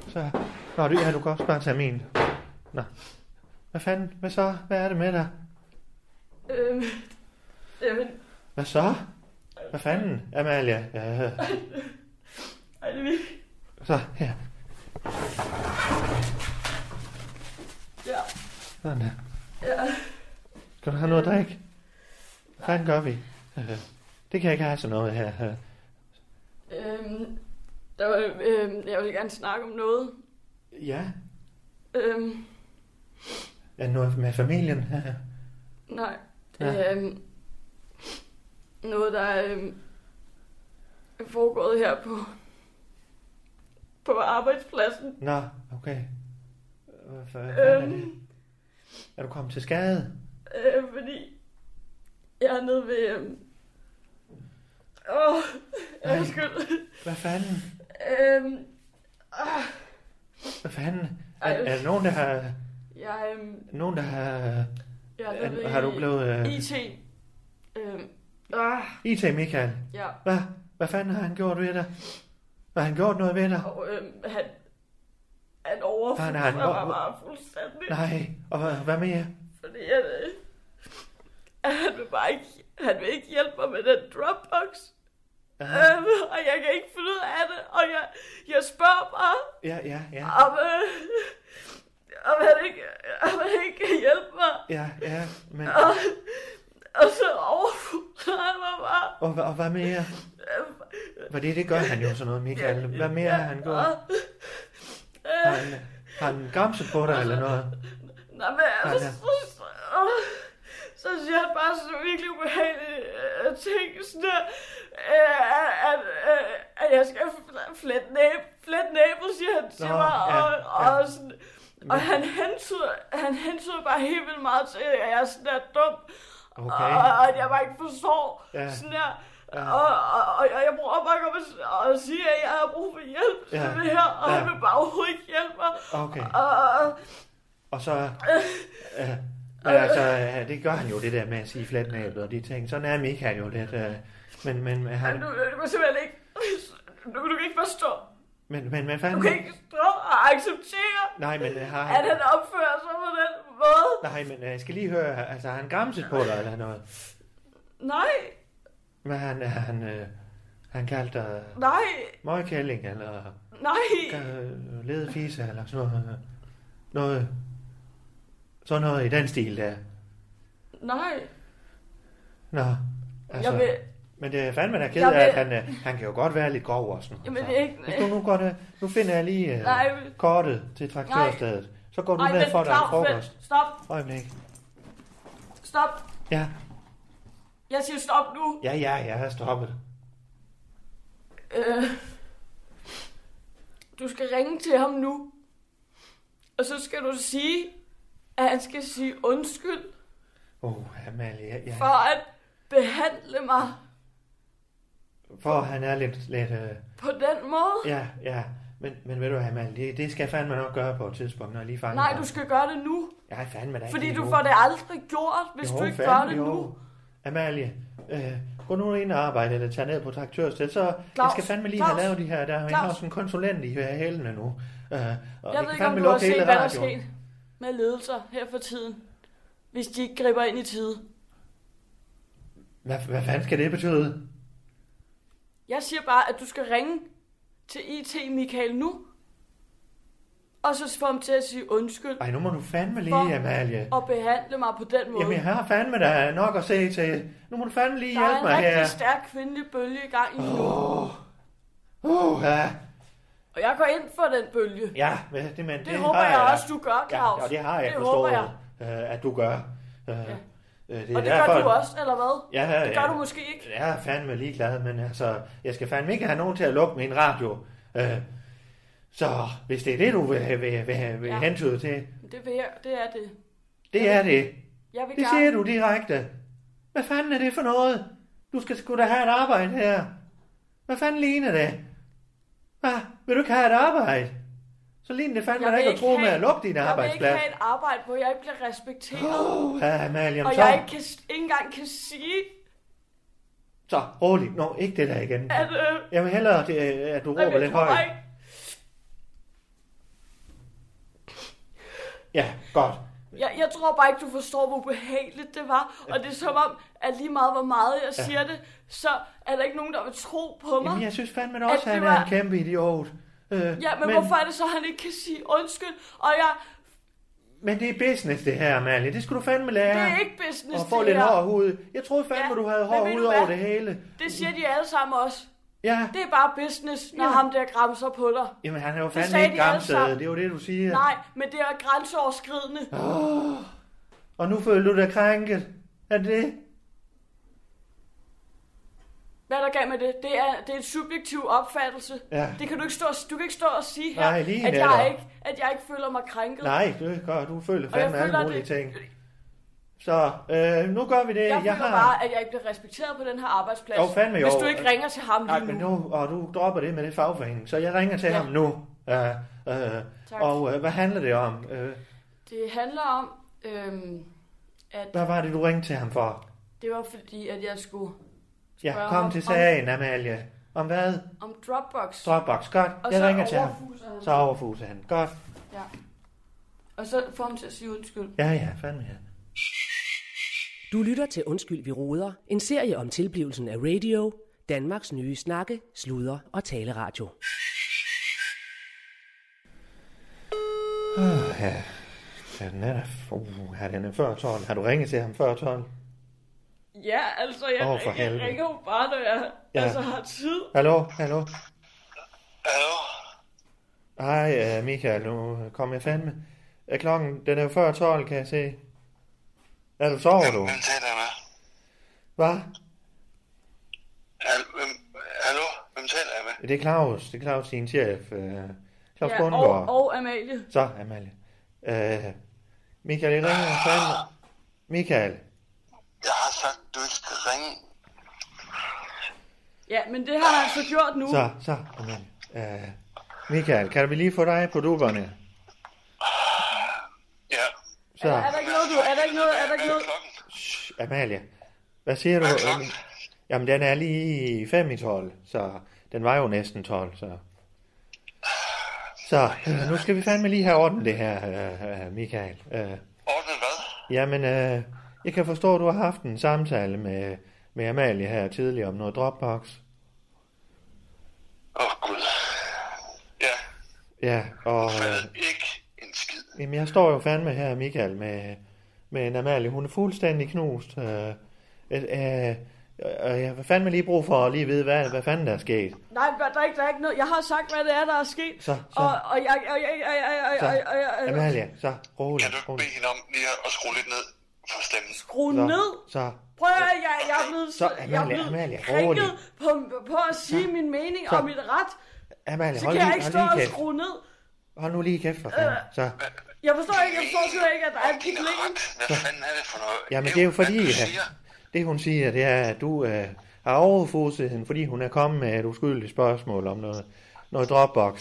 S1: Så, nå, det er du kan også bare tage min. Nå. Hvad fanden? Hvad så? Hvad er det med dig?
S6: øhm, jamen,
S1: Hvad så? Hvad fanden, Amalie? Ja.
S6: ej, det er virkelig...
S1: Så, her.
S6: Ja,
S1: Sådan der.
S6: ja.
S1: Skal du have noget at drikke? Hvad fanden gør vi? Øh, Det kan jeg ikke have sådan noget her. Øh,
S2: Øh,
S6: Øhm, der var, øhm, jeg vil gerne snakke om noget.
S1: Ja,
S6: Øhm,
S1: er det noget med familien? Øh,
S6: nej.
S1: Ja.
S6: Ja. Øhm, noget, der er
S2: øh,
S6: øhm, er foregået her på, på arbejdspladsen.
S1: Nå, okay. Hvad fanden er det?
S6: Øhm,
S1: Er du kommet til skade?
S6: øh, fordi jeg er nede ved... Øhm, åh,
S1: Ej.
S6: undskyld.
S1: Hvad fanden?
S6: Øhm, ah,
S1: Hvad fanden?
S6: Ej,
S1: Er, er der nogen, der har...
S6: jeg, øhm,
S1: Nogen, der har...
S6: jeg er ved
S1: Er, har du blevet... Uh,
S6: IT. Øhm, ah,
S1: IT Michael.
S6: ja.
S1: Hvad? Hvad fanden har han gjort ved dig? Har han gjort noget ved dig?
S6: Og øhm, han, han overfuldt
S1: Nej, nej, han
S6: mig
S1: over-
S6: bare fuldstændig.
S1: Nej. Og hvad, hvad mere?
S6: Fordi at, øh, at han vil bare ikke, han vil ikke hjælpe mig med den Dropbox.
S1: Aha.
S6: Øhm, og jeg kan ikke finde ud af det, og jeg, jeg spørger bare,
S1: Ja, ja, ja.
S6: om, øh, om, han ikke, om han ikke kan hjælpe mig.
S1: Ja, ja. Men,
S6: Og, og så overfulgte han mig bare.
S1: og, hva- og hvad mere?
S6: Øhm,
S1: Fordi det gør han jo sådan noget, Michael. Hvad mere har han gjort?
S6: og-
S1: Har
S6: Øh,
S1: han, har han gramset på dig eller noget?
S6: nej, men altså,
S1: nej.
S6: så, så, åh, så siger han bare sådan nogle virkelig ubehagelige øh, ting, sådan der, øh, at, at, øh, at jeg skal fl- flette næb, flette næbet, siger han til
S1: Nå,
S6: mig,
S1: ja,
S6: og,
S1: ja.
S6: og sådan, og han hentyder, han hentyder bare helt vildt meget til, at jeg er sådan der dum,
S1: Okay.
S6: og, og at jeg bare ikke forstår,
S1: Ja.
S6: ja. sådan der,
S1: Ja.
S6: Og, og, og, og jeg prøver bare at komme og, og sige, at jeg har brug for hjælp
S1: Ja.
S6: ja. til det her, og
S1: Ja.
S6: ja. han vil bare overhovedet ikke hjælpe mig.
S1: Okay.
S6: Og, og,
S1: Og så... Øh, men altså, øh, det gør han jo, det der med at sige flatnæbet og de ting. Sådan er Michael jo lidt... Øh, men, men, men,
S6: og
S1: han,
S6: du, du kan øh, simpelthen ikke, du, du kan ikke forstå,
S1: men, men, men
S6: du
S1: fanden...
S6: kan ikke forstå og acceptere,
S1: Nej, men øh, har
S6: at han
S1: han...
S6: opfører sig på den måde.
S1: Nej, men øh, jeg skal lige høre, altså har han gramset på dig eller noget?
S6: Nej,
S1: Men han, øh, han, øh, han kaldte dig
S6: nej,
S1: møgkælling eller
S6: nej,
S1: øh, ledefise eller sådan noget. øh, Noget, sådan noget i den stil der.
S6: nej.
S1: Nå, altså...
S6: Jeg vil,
S1: Men det er fandme, der er ked
S6: Jeg
S1: af, at han,
S6: vil-
S1: øh, han kan jo godt være lidt grov og sådan noget.
S6: Jamen,
S1: så.
S6: det er ikke-
S1: Hvis du nu altså, går ned, nu finder jeg lige øh,
S6: Nej, men-
S1: kortet til traktørstedet. Så går du
S6: nej,
S1: ned
S6: men
S1: for dig en
S6: Claus,
S1: frokost.
S6: vent. stop,
S1: Øjeblik.
S6: stop.
S1: Ja,
S6: Jeg siger stop nu.
S1: ja, ja, jeg har stoppet.
S6: Øh, du skal ringe til ham nu. Og så skal du sige, at han skal sige undskyld
S1: Åh, oh, Amalie, ja, ja.
S6: for at behandle mig
S1: For han er lidt, lidt øh,
S6: på den måde.
S1: ja, ja. Men, men ved du, hvad, Amalie, det, det skal jeg fandme nok gøre på et tidspunkt, når jeg lige fanger
S6: Nej,
S1: ham.
S6: du skal gøre det nu.
S1: Jeg er fandme da ikke
S6: Fordi
S1: lige
S6: du
S1: nu.
S6: får det aldrig gjort, hvis
S1: Jo,
S6: du ikke gør
S1: fandme,
S6: det
S1: jo.
S6: nu.
S1: Amalie, øh, gå nu ind og arbejde, eller tag ned på traktørstedet, så jeg
S6: Claus,
S1: skal fandme lige
S6: Claus,
S1: have lavet de her, der jeg har
S6: Claus.
S1: sådan en konsulent i her hælene nu. Øh, og
S6: Jeg
S1: kan
S6: ved ikke, om
S1: fandme
S6: du har
S1: lukke hele
S6: set, hvad der er
S1: radioen.
S6: sket med ledelser her for tiden. Hvis de ikke griber ind i tide.
S1: Hvad, hvad fanden skal det betyde?
S6: Jeg siger bare, at du skal ringe til IT Michael nu. Og så få ham til at sige undskyld.
S1: Ej, nu må du fandme lige,
S6: For-
S1: Amalie.
S6: og behandle mig på den måde.
S1: Jamen, jeg har fandme da nok at se til. Nu må du fandme lige
S6: der er
S1: hjælpe
S6: en
S1: mig
S6: rigtig
S1: her.
S6: stærk kvindelig bølge i gang i nu.
S1: Uh, ja,
S6: Og jeg går ind for den bølge. Det,
S1: ja, men det, men, det,
S6: det håber
S1: har
S6: jeg
S1: da.
S6: også, du gør, Claus.
S1: Ja, og det har jeg
S6: det
S1: forstået,
S6: Håber jeg.
S1: øh, at du gør. Øh, ja. det er
S6: Og det
S1: derfor,
S6: gør du også, eller hvad?
S1: Ja, ja,
S6: Det gør
S1: ja.
S6: du måske ikke.
S1: Jeg er fandme ligeglad, men altså, jeg skal fandme ikke have nogen til at lukke min radio. Øh, så hvis det er det, du vil, vil, vil, vil ja.
S6: Ja.
S1: hentyde til,
S6: Men Det, vil jeg, det er det.
S1: det er det.
S6: Jeg vil
S1: Det
S6: gerne...
S1: siger du direkte. Hvad fanden er det for noget? Du skal sgu da have et arbejde her. Hvad fanden ligner det? Hvad? Vil du ikke have et arbejde? Så ligner det fandme
S6: Jeg
S1: da
S6: vil
S1: ikke at
S6: ikke
S1: tro med
S6: have-
S1: at lukke din
S6: Jeg vil ikke
S1: arbejdsplads.
S6: have et arbejde, hvor jeg ikke bliver respekteret.
S1: Åh, ja, Amalie,
S6: og
S1: så,
S6: jeg ikke, kan, ikke engang kan sige,
S1: så roligt. Nå, ikke det der igen.
S6: at... Øh,
S1: Jeg vil hellere, det, at du
S6: nej, men
S1: råber lidt
S6: jeg tror
S1: højt.
S6: ikke-
S1: Ja, godt.
S6: Jeg, jeg tror bare ikke, du forstår, hvor ubehageligt det var. Og det er som om, at lige meget hvor meget jeg siger det, så er der ikke nogen, der vil tro på mig.
S1: Jamen, jeg synes fandme da også, at
S6: At
S1: han
S6: det
S1: var... er
S6: var-
S1: en kæmpe idiot. Øh,
S6: Ja, men, men hvorfor er det så, at han ikke kan sige undskyld? Og jeg,
S1: men det er business, det her, Amalie. Det skulle du fandme
S6: ja.
S1: lære.
S6: det er ikke business,
S1: Og få
S6: det
S1: lidt
S6: her.
S1: hård hud. Jeg troede fandme,
S6: Ja,
S1: du havde
S6: men
S1: hård
S6: ved
S1: hud
S6: du
S1: over
S6: hvad?
S1: det hele.
S6: Det siger de alle sammen også.
S1: Ja.
S6: Det er bare business, når
S1: Ja.
S6: ja. ham der græmser på dig.
S1: Jamen, han er jo
S6: sagde
S1: fandme
S6: de
S1: ikke
S6: alle
S1: gamsadet.
S6: sammen.
S1: Det er jo det, du siger.
S6: Nej, men det er grænseoverskridende.
S1: Og nu føler du dig krænket. Er det det?
S6: Hvad er der gav med det? Det er, det er en subjektiv opfattelse.
S1: Ja.
S6: Det kan du ikke stå, du kan ikke stå og sige her,
S1: Nej, lige
S6: at,
S1: netop.
S6: jeg ikke, at jeg ikke føler mig krænket.
S1: Nej, det gør, du føler
S6: Og jeg
S1: fandme alle
S6: føler,
S1: mulige
S6: det-
S1: ting. Så øh, nu gør vi det.
S6: Jeg, jeg føler har... bare, at jeg ikke bliver respekteret på den her arbejdsplads,
S1: Jo, fandme jo.
S6: hvis du ikke ringer til ham
S1: Nej,
S6: lige
S1: men
S6: nu.
S1: nu, og du dropper det med det fagforening, så jeg ringer til
S6: Ja.
S1: ja. ham nu. Øh, øh,
S6: Tak.
S1: og øh, hvad handler det om? Øh,
S6: Det handler om, øhm, at
S1: hvad var det, du ringte til ham for?
S6: det var fordi, at jeg skulle
S1: Ja,
S6: Spørger
S1: kom
S6: ham
S1: til
S6: om-
S1: sagen, Amalie. Om hvad?
S6: om Dropbox.
S1: Dropbox, godt.
S6: og
S1: jeg
S6: så
S1: ringer til ham.
S6: overfuser han.
S1: Så overfuser han. Godt.
S6: Og så får ham til at sige undskyld.
S1: Ja, ja, fandme ja.
S3: Du lytter til Undskyld, vi roder, en serie om tilblivelsen af radio, Danmarks nye snakke, sludre og taleradio.
S1: Åh, ja. ja, den er da... Uh, her, den er før 12. Har du ringet til ham før 12?
S6: Ja, altså,
S1: Åh,
S6: jeg,
S1: for
S6: oh, jeg
S1: helvede.
S6: ringer jo bare, når jeg ja.
S1: Ja.
S6: altså, har tid.
S1: Hallo, hallo.
S4: Hallo?
S1: Hej, øh, Michael, nu kom jeg fandme. Øh, Klokken, den er jo før 12, kan jeg se. Er du sover du?
S4: Hvem taler jeg med?
S1: Hvad?
S4: Hal- hvem- Hallo? Hvem taler jeg med?
S1: Det er Claus. Det er Claus, din chef. Øh, Claus ja,
S6: Ja, og,
S1: Bundgaard.
S6: og Amalie.
S1: Så, Amalie. Øh, Michael, jeg ringer fandme. Michael.
S4: Jeg har sagt, du ikke skal ringe.
S6: Ja, men det har han så gjort nu.
S1: Så, så, Amalie. Øh, Michael, kan vi lige få dig på duberne?
S4: Ja. Øh,
S1: Så,
S6: Er der ikke noget, du... Er der ikke noget... Er der ikke noget?
S4: Klokken?
S1: shh, Amalie. Hvad siger du?
S4: Hvad er klokken?
S1: Jamen, den er lige 5 i 12, så den var jo næsten 12, så... Så, øh, nu skal vi fandme lige have orden det her, øh, øh, Michael. Øh,
S4: Ordnet hvad?
S1: Jamen, øh, jeg kan forstå, at du har haft en samtale med, med Amalie her tidligere om noget Dropbox.
S4: Åh, oh, Gud. Ja,
S1: Ja, og øh,
S4: faldet ikke en skid.
S1: jamen, jeg står jo fandme her, Michael, med, med en Amalie. Hun er fuldstændig knust. Øh, øh, øh, og jeg har fandme lige brug for at lige vide, hvad, hvad fanden der er sket.
S6: Nej, der er ikke, der er ikke noget. Jeg har sagt, hvad det er, der er sket.
S1: Så, så.
S6: Og, og jeg... Og jeg... Og jeg... Og jeg... Og jeg... Og jeg... Og jeg...
S1: Amalie, så rolig,
S4: Kan du ikke
S1: rolig.
S4: bede hende om lige at skrue lidt ned for stemmen?
S6: Skru ned.
S1: Så, så,
S6: Prøv at høre, jeg, jeg er blevet,
S1: Så, Amalie,
S6: jeg er blevet
S1: Amalie,
S6: krænket
S1: rolig.
S6: på, på at sige
S1: Så,
S6: min mening
S1: så.
S6: og mit ret.
S1: Amalie,
S6: Så
S1: hold
S6: kan
S1: lige,
S6: jeg ikke
S1: hold
S6: stå og Øh.
S1: lige kæft.
S6: skrue ned.
S1: Hold nu lige kæft for fanden. Så,
S6: Jeg forstår ikke, jeg forstår slet ikke, at der er et
S4: Din
S6: problem.
S4: ret. Hvad fanden er det for noget?
S1: Jamen, det er jo fordi,
S4: hvad du
S1: at
S4: siger.
S1: det hun siger, det er, at du øh, har overfuset hende, fordi hun er kommet med et uskyldigt spørgsmål om noget, noget Dropbox.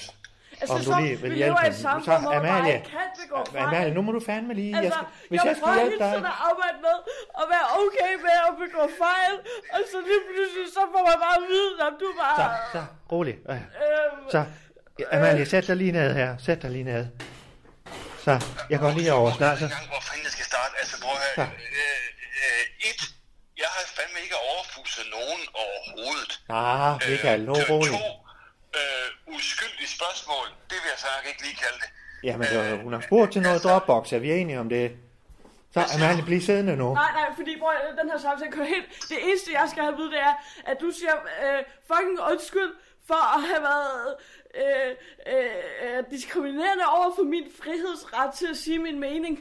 S6: Altså,
S1: Om du
S6: så
S1: lige vil
S6: vi
S1: hjælpe
S6: lever i et
S1: hende.
S6: samfund,
S1: Så,
S6: hvor man bare
S1: Amalie,
S6: ikke kan begå fejl.
S1: Amalie, nu må du fandme lige...
S6: Altså,
S1: hvis jeg, skulle
S6: prøver
S1: hjælpe
S6: hele
S1: dig...
S6: tiden at arbejde med at være okay med at begå fejl, og så lige pludselig, så får man bare at vide, at du er bare...
S1: Så, så, rolig. Øh,
S6: øhm,
S1: Så, ja, Amalie, sæt dig lige ned her. Sæt dig lige ned. Så, jeg går lige over snart.
S4: Jeg ved
S1: Så.
S4: ikke engang, hvor fanden jeg skal starte. Altså, prøv at høre.
S1: Ja.
S4: Øh, øh, et, jeg har fandme ikke overfuset nogen overhovedet.
S1: Ah, Michael, nu
S4: Øh,
S1: rolig.
S4: To, øh, uskyldige spørgsmål, det vil jeg så nok ikke lige kalde det.
S1: Jamen, det var- hun har spurgt til noget Dropbox. Er vi enige om det? Så, Amalie, bliv siddende nu.
S6: Nej, nej, fordi bror, den her samtale kører helt... Det eneste, jeg skal have at vide, det er, at du siger øh, fucking undskyld for at have været øh, øh, øh, diskriminerende over for min frihedsret til at sige min mening.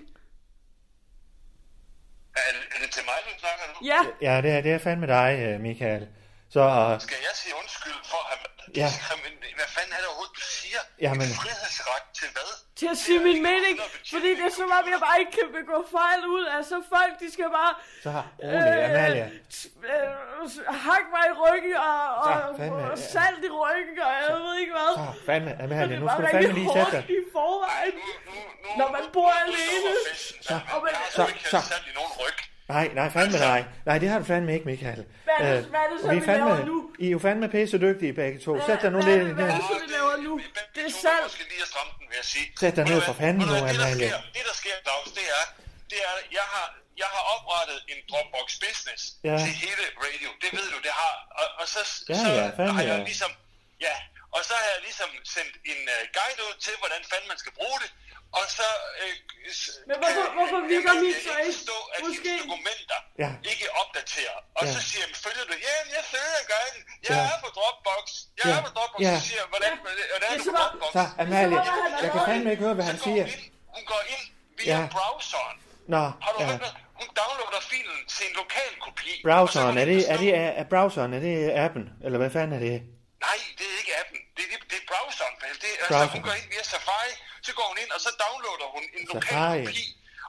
S4: Er, det- er det til mig, du snakker nu?
S6: Ja,
S1: Ja, det er, det er fandme dig, øh, Michael. Så, øh,
S4: Skal jeg sige undskyld for ham?
S1: Ja.
S4: Jamen, hvad fanden er det overhovedet, du siger?
S1: Jamen.
S4: En frihedsret til hvad?
S6: til at sige min mening, fordi det er som om, jeg bare ikke kan begå fejl ud. Altså, folk, de skal bare...
S1: så rolig, Amalie.
S6: t- øh, hak mig i ryggen og, og,
S1: Så, fandme,
S6: og
S1: ja.
S6: salt i ryggen, og jeg ved ikke hvad.
S1: Så, fandme,
S6: Og
S1: Amalie,
S6: det
S1: nu
S6: var
S1: skal du
S6: rigtig
S1: fandme lige sætte dig.
S6: hårdt i forvejen.
S4: Nu, nu, nu,
S6: Når man bor alene.
S4: Så,
S6: Og man-
S4: jeg har
S1: så,
S4: så, ikke
S1: så.
S4: så. i nogen ryg.
S1: Nej, nej, fandme nej. Nej, det har du fandme ikke, Michael.
S6: Hvad er det- hvad er det så,
S1: og
S6: vi
S1: fandme,
S6: laver nu?
S1: I er jo fandme pisse dygtige begge to. Sæt dig nu
S6: hvad er
S1: ned.
S6: det- hvad er
S1: ned.
S6: det så, vi laver nu?
S4: Begge
S6: Det er
S4: to
S6: salg.
S4: Måske lige at stramme den, vil jeg sige.
S1: Sæt dig
S4: Ved
S1: ned
S4: du
S1: for
S4: hvad?
S1: fanden
S4: Ved du
S1: nu,
S4: hvad? det, der
S1: Amalie.
S4: sker, det, der sker, Claus, det er, det er, jeg har, jeg har oprettet en Dropbox business
S1: Ja.
S4: til hele radio. Det ved du, det har. Og, og så,
S1: Ja,
S4: så
S1: ja, fandme,
S4: har jeg
S1: ja.
S4: ligesom, ja, og så har jeg ligesom sendt en øh, guide ud til, hvordan fanden man skal bruge det. Og så... Øh, s-
S6: Men hvorfor-
S4: kan-
S6: hvorfor
S4: kan
S6: virker
S4: man
S6: mit så
S4: ikke?
S6: ikke?
S4: forstå, at
S6: Måske.
S4: Måske. dokumenter
S1: Ja.
S4: ja. ikke opdaterer. Og
S1: Ja.
S4: så siger jeg, følger du? Ja, jeg følger guiden. Jeg
S1: Ja.
S4: er på Dropbox. Jeg
S1: Ja.
S4: er på Dropbox.
S1: Ja.
S4: Så siger jeg, hvordan, hvordan
S6: Det
S4: er
S6: er
S4: du på
S6: som om-
S4: Dropbox?
S1: Så, Amalie, jeg kan fandme ikke høre, hvad
S4: Så
S1: han
S4: går
S1: siger.
S4: hun ind- Hun går ind via
S1: Ja.
S4: browseren.
S1: Nå,
S4: Har du
S1: ja.
S4: hørt noget? Hun downloader filen til en lokal kopi. Og
S1: Browseren,
S4: så
S1: er
S4: kan
S1: det,
S4: hun
S1: er det,
S4: forstå-
S1: er, er browseren, er det appen? Eller hvad fanden er det?
S4: Nej, det er ikke appen. Det er, det er browseren. Pelle. Det, er- altså,
S1: Browseren.
S4: hun går ind via Safari, så går hun ind, og så downloader hun en lokal
S1: Safari.
S4: kopi.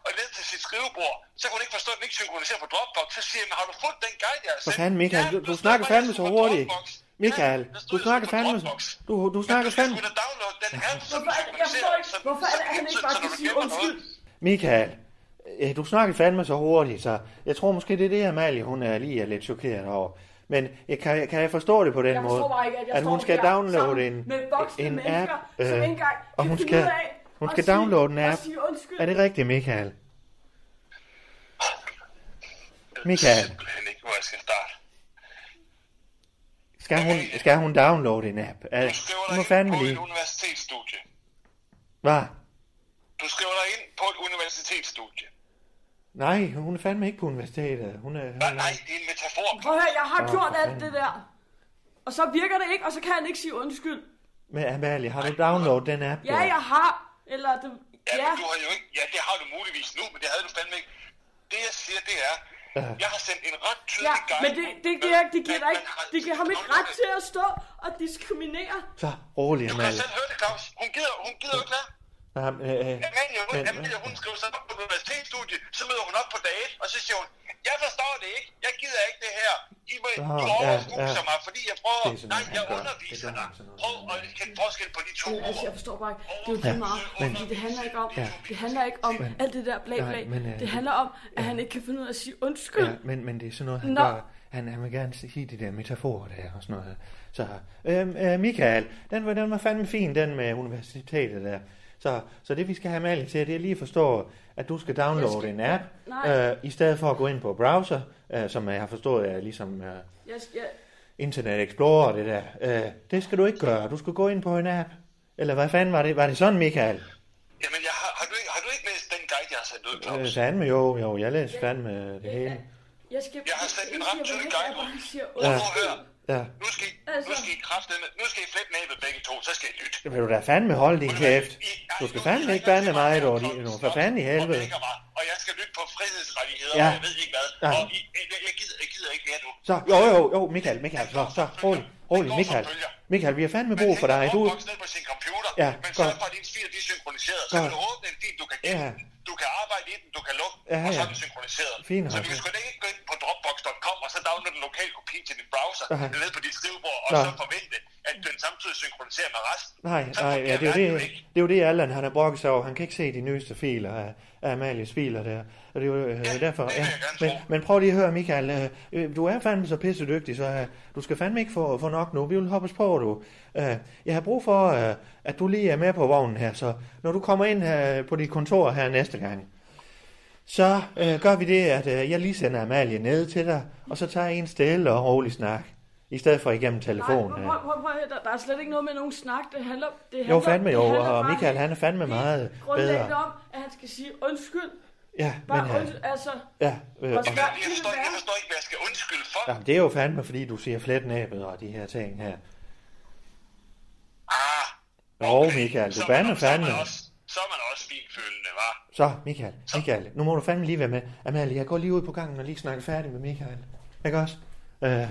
S4: og ned til sit skrivebord, så kunne hun ikke forstå, at den ikke synkroniserer på Dropbox. Så siger jeg, "Men har du fundet den guide, jeg har
S1: For
S4: sendt?"
S1: fanden, Michael, du,
S4: der
S1: du
S4: stod
S1: snakker
S4: faktisk
S1: fandme så
S4: på
S1: hurtigt.
S4: Dropbox."
S1: Michael,
S4: Ja, der stod
S1: du
S4: jo
S1: snakker
S4: på
S1: fandme
S4: Dropbox.
S1: så... Du, du
S4: Men
S1: snakker
S4: skal
S1: fandme...
S4: sgu da downloade den app, som
S6: Hvorfor er det- jeg forstår
S4: synkroniserer.
S6: ikke,
S4: Så-
S6: hvorfor er det, han
S4: så-
S6: ikke
S4: så-
S6: bare
S4: så når
S6: kan
S4: du
S6: sige
S4: gemmer noget-
S6: undskyld?
S1: Michael, øh, du snakker fandme så hurtigt, så jeg tror måske, det er det, Amalie, hun er lige er lidt chokeret over. Men øh, kan, jeg- kan jeg forstå det på den
S6: Jeg
S1: måde,
S6: forstår bare ikke, at jeg
S1: at hun
S6: står
S1: skal
S6: her
S1: downloade
S6: sammen
S1: en,
S6: med voksne
S1: en app, øh,
S6: mennesker, som ikke engang
S1: og
S6: kan
S1: hun
S6: finde
S1: skal,
S6: ud af
S1: hun
S6: at
S1: skal
S6: sige-
S1: downloade en
S6: at
S1: app.
S6: sige undskyld.
S1: Er det rigtigt, Michael? Michael,
S4: Simpelthen ikke, hvor jeg skal starte.
S1: skal hun, skal hun downloade en app?
S4: Du
S1: Altså,
S4: skriver
S1: hun må
S4: dig ind
S1: fandme
S4: på
S1: lige...
S4: et universitetsstudie.
S1: Hvad?
S4: Du skriver dig ind på et universitetsstudie.
S1: Nej, hun er fandme ikke på universitetet. Hun er...
S4: Nej, nej, det er en metafor.
S6: Prøv at høre, jeg har
S1: Åh,
S6: gjort
S1: for
S6: alt
S1: fanden.
S6: det der. Og så virker det ikke, og så kan han ikke sige undskyld.
S1: Men Amalie, har du downloadet den app?
S6: Ja,
S1: der?
S6: jeg har. Eller det,
S4: Ja,
S6: ja.
S4: men du har jo ikke... Ja, det har du muligvis nu, men det havde du fandme ikke. Det, jeg siger, det er... Jeg har sendt en ret
S6: Ja,
S4: tydelig guide.
S6: men det, det,
S4: Men-
S6: giver, det giver,
S4: men-
S6: dig ikke,
S4: men har-
S6: det giver ham ikke ret til at stå og diskriminere.
S1: Så rolig,
S4: Du kan
S1: Amalie.
S4: selv høre det, Claus. Hun gider, hun gider jo ikke lade.
S1: Nej, men, øh, øh,
S4: Amalie, hun,
S1: men-
S4: Amalie, hun skriver sig op på universitetsstudie, så møder hun op på date, og så siger hun, jeg forstår det ikke, jeg gider ikke det her. I må,
S1: Nå,
S4: du
S1: ja,
S4: overskuser
S1: ja.
S4: mig, fordi jeg prøver,
S1: Det er sådan
S4: nej,
S1: noget,
S4: jeg
S1: han gør. Det
S4: underviser
S1: gør
S4: dig.
S1: han sådan noget.
S4: Prøv at kende forskel på de to
S6: Men altså,
S4: ord.
S6: jeg forstår bare ikke. Det er jo lige
S1: Ja,
S6: meget.
S4: men-
S6: Fordi det handler ikke om,
S1: Ja.
S6: det handler ikke om
S1: Men-
S6: alt det der blag
S1: Nej,
S6: blag.
S1: men, øh,
S6: Det handler om, at han ikke kan finde ud af at sige undskyld.
S1: Ja, men, men det er sådan noget, han
S6: Nå.
S1: gør. Han, han vil gerne sige de der metaforer der og sådan noget. Så, øhm, øh, Michael, den var, den var fandme fin, den med universitetet der. Så, så det vi skal have Amalie til, det er lige at forstå, at du skal downloade
S6: Jeg skal-
S1: en app,
S6: Nej.
S1: øh, i stedet for at gå ind på browser, øh, som jeg har forstået er ligesom øh,
S6: Jeg, jeg,
S1: Internet Explorer og det der. Øh, det skal du ikke gøre. Du skal gå ind på en app. Eller hvad fanden var det? Var det sådan, Michael?
S4: Jamen, jeg har, har, du, ikke- har du ikke læst den guide, jeg har sendt ud,
S1: Øh,
S4: Claus?
S1: fandme jo, jo. Jeg læste fandme det hele.
S6: jeg skal...
S4: Jeg har sendt en ret
S6: siger,
S4: tydelig
S6: hvorfor
S4: guide
S6: jeg bare
S4: ud.
S6: siger
S4: Prøv
S6: undskyld.
S4: at høre.
S1: Ja.
S4: Nu skal I,
S6: Altså.
S4: nu skal I kraftedeme, nu skal I flætte næbet begge to, så skal I lytte.
S1: Det vil du da fandme holde din kæft. Du skal fandme ikke bande mig, dog. Nu for fanden i helvede.
S4: Og jeg skal lytte på frihedsrettigheder,
S1: Ja.
S4: ja. og jeg ved ikke hvad.
S1: Ja.
S4: Og I, jeg, jeg, gider, jeg gider ikke mere nu.
S1: Så, jo, jo, jo, Michael, Michael, så, så, rolig, rolig, Michael. Michael, vi har fandme brug for dig. Du,
S4: Du ned på sin computer,
S1: Ja,
S4: ja, men sørg
S1: godt.
S4: for, at dine filer de er synkroniseret. Så
S1: Godt.
S4: kan du åbne en fil, du kan gemme,
S1: Ja.
S4: ja. du kan arbejde i den, du kan lukke,
S1: Ja,
S4: ja, og så
S1: ja.
S4: er den synkroniseret.
S1: Fint
S4: så
S1: nok,
S4: du kan
S1: ja.
S4: sgu da ikke gå ind på dropbox.com og så downloade en lokal kopi til din browser,
S1: Nej.
S4: ned på dit skrivebord, og
S1: Nå.
S4: så forvente, at den samtidig synkroniserer med resten.
S1: nej,
S4: Så
S1: nej,
S4: fungerer
S1: ja, det er jo det,
S4: verden jo ikke.
S1: det er jo det, Allan, han har brokket sig over. Han kan ikke se de nyeste filer af, af Amalies filer der. Og det er jo øh, derfor,
S4: det vil
S1: ja.
S4: jeg gerne
S1: Men,
S4: tro.
S1: men prøv lige at høre, Michael, øh, øh, du er fandme så pisse dygtig, så øh, du skal fandme ikke få, få nok nu. Vi vil hoppes på, du. Øh, jeg har brug for, øh, at du lige er med på vognen her, så når du kommer ind øh, på dit kontor her næste gang, Så øh, gør vi det, at øh, jeg lige sender Amalie ned til dig, og så tager I en stille og rolig snak, i stedet for igennem telefonen.
S6: Nej,
S1: Nej,
S6: prøv, prøv, prøv, prøv, at høre, der, der er slet ikke noget med nogen snak. Det handler, det handler,
S1: jo, fandme jo,
S6: det handler
S1: og
S6: bare
S1: Michael han er fandme
S6: helt
S1: meget
S6: grundlæggende
S1: bedre.
S6: om, at han skal sige undskyld.
S1: Ja, men
S6: Bare men,
S1: øh,
S6: undskyld, altså.
S1: ja, øh,
S6: Og så-
S4: Jeg forstår, ikke- jeg forstår ikke, hvad jeg skal undskylde for.
S1: ja, det er jo fandme, fordi du siger fletnæbet og de her ting her.
S4: Ah,
S1: Jo, Michael, du
S4: så er man-
S1: bander
S4: så er man
S1: fandme.
S4: også- Så er man også finfølende, var.
S1: Så, Michael, Michael, nu må du fandme lige være med. Amalie, jeg går lige ud på gangen og lige snakker færdig med Michael. Ikke også? Øh,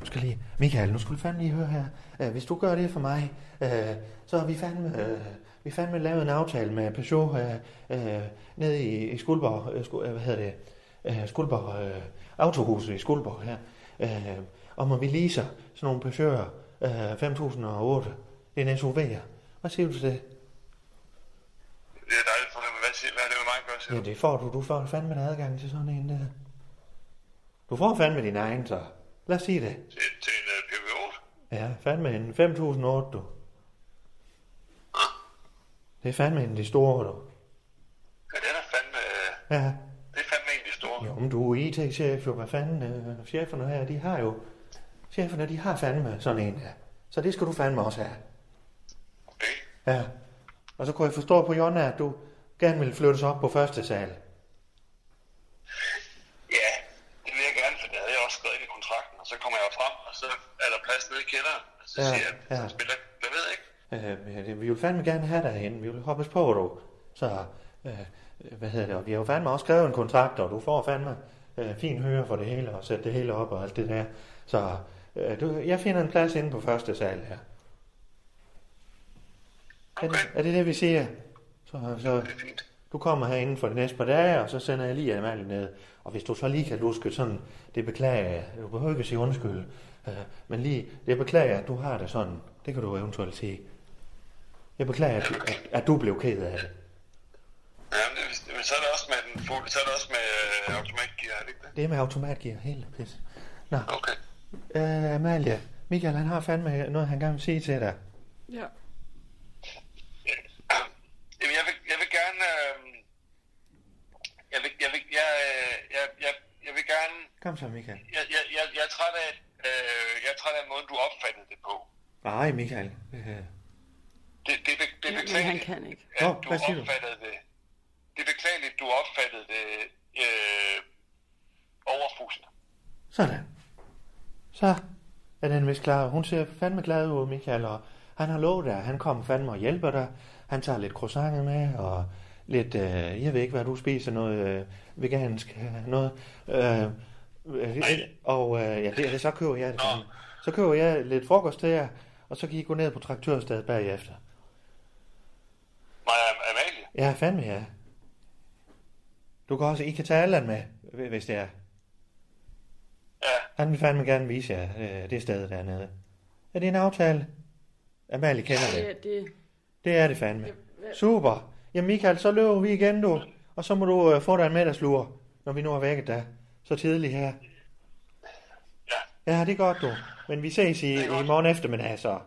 S1: nu skal lige... Michael, nu skal du fandme lige høre her. Øh, hvis du gør det for mig, øh, så har vi fandme... Øh, vi fandme lavet en aftale med Peugeot øh, øh, nede i, i Skuldborg, øh, sku, øh, hvad hedder det, øh, Skuldborg, øh, Autohuset i Skuldborg her, øh, om at vi leaser sådan nogle Peugeot'er øh, 5008, det er en SUV'er. Hvad siger du til det?
S4: Det er dejligt for hvad, siger- hvad er det med mig, gør siger
S1: Ja,
S4: du?
S1: det får du. Du får fandme en adgang til sådan en der. Du får fandme din egen, så. Lad os sige det.
S4: Til, til en uh, PV8?
S1: Ja, fandme en 5008, du. Det er fandme en af de store, du.
S4: Ja, den er fandme, øh,
S1: Ja,
S4: det er fandme en af de store.
S1: jo, men du er IT-chef, jo. Hvad fanden? Øh, cheferne her, de har jo... Cheferne, de har fandme sådan en der. Så det skal du fandme også have.
S4: Okay.
S1: Ja. Og så kunne jeg forstå på Jonna, at du gerne ville flyttes op på første sal.
S4: Ja, det vil jeg gerne, for det havde jeg også skrevet ind i kontrakten, og så kommer jeg frem, og så er der plads nede i kælderen. Og så
S1: Ja,
S4: siger jeg,
S1: ja.
S4: så spiller jeg ved ikke.
S1: Øh, ja, det- vi vil fandme gerne have dig hen. Vi vil hoppes på, du. Så, øh, øh, hvad hedder det? Og vi har jo fandme også skrevet en kontrakt, og du får fandme øh, fin høre for det hele, og sætte det hele op og alt det der. Så øh, du, jeg finder en plads inde på første sal her. Er,
S4: Okay,
S1: det- er det det, vi siger? Så, så,
S4: det er fint.
S1: Du kommer her inden for de næste par dage, og så sender jeg lige Amalie ned. Og hvis du så lige kan luske sådan, det beklager jeg. Du behøver ikke at sige undskyld. Øh, men lige, det beklager jeg, at du har det sådan. Det kan du eventuelt sige. Jeg beklager, at, at, at du blev ked af det.
S4: Ja, men, det- men så er det også med den fuld, så er det også med øh, automatgear, er det ikke det?
S1: Det er med automatgear, helt pis. Nå,
S4: Okay.
S1: øh, Amalie, Michael han har fandme noget, han gerne vil sige til dig.
S6: Ja.
S4: Jamen, jeg vil, jeg vil gerne... Øh, jeg vil, jeg vil, jeg, øh, jeg, jeg, jeg vil gerne...
S1: Kom så, Michael.
S4: Jeg, jeg, jeg, jeg er træt af, øh, jeg er træt af måden, du opfattede det på.
S1: Nej, Michael. Øh,
S4: Det, det, det, det er
S2: Men han
S4: beklageligt,
S2: kan ikke.
S4: at
S1: Nå,
S4: du
S1: hvad siger du?
S4: opfattede det. Det er beklageligt, du opfattede det øh, overfusende.
S1: Sådan. Så er den vist klar. Hun ser fandme glad ud, Michael, og han har lovet dig, at han kommer fandme og hjælper dig. Han tager lidt croissanter med, og lidt, øh, jeg ved ikke, hvad du spiser, noget øh, vegansk, øh, noget. Øh, øh, og øh, ja, det, så køber jeg det. fandme. Så køber jeg lidt frokost til jer, og så kan I gå ned på traktørstedet bagefter.
S4: Maja Amalie?
S1: Ja, fandme ja. Du kan også, I kan tage Allan med, hvis det er.
S4: Ja,
S1: Han vil fandme gerne vise jer øh, det sted dernede. Er det en aftale? Amalie kender
S6: Ja,
S1: det.
S6: det...
S1: Det er det fandme. Super. Ja, Michael, så løber vi igen, du. Og så må du øh, få dig en middagslur, når vi nu har vækket dig. Så tidligt her.
S4: ja,
S1: Ja, det er godt, du. Men vi ses i, i morgen eftermiddag, så.
S4: ja.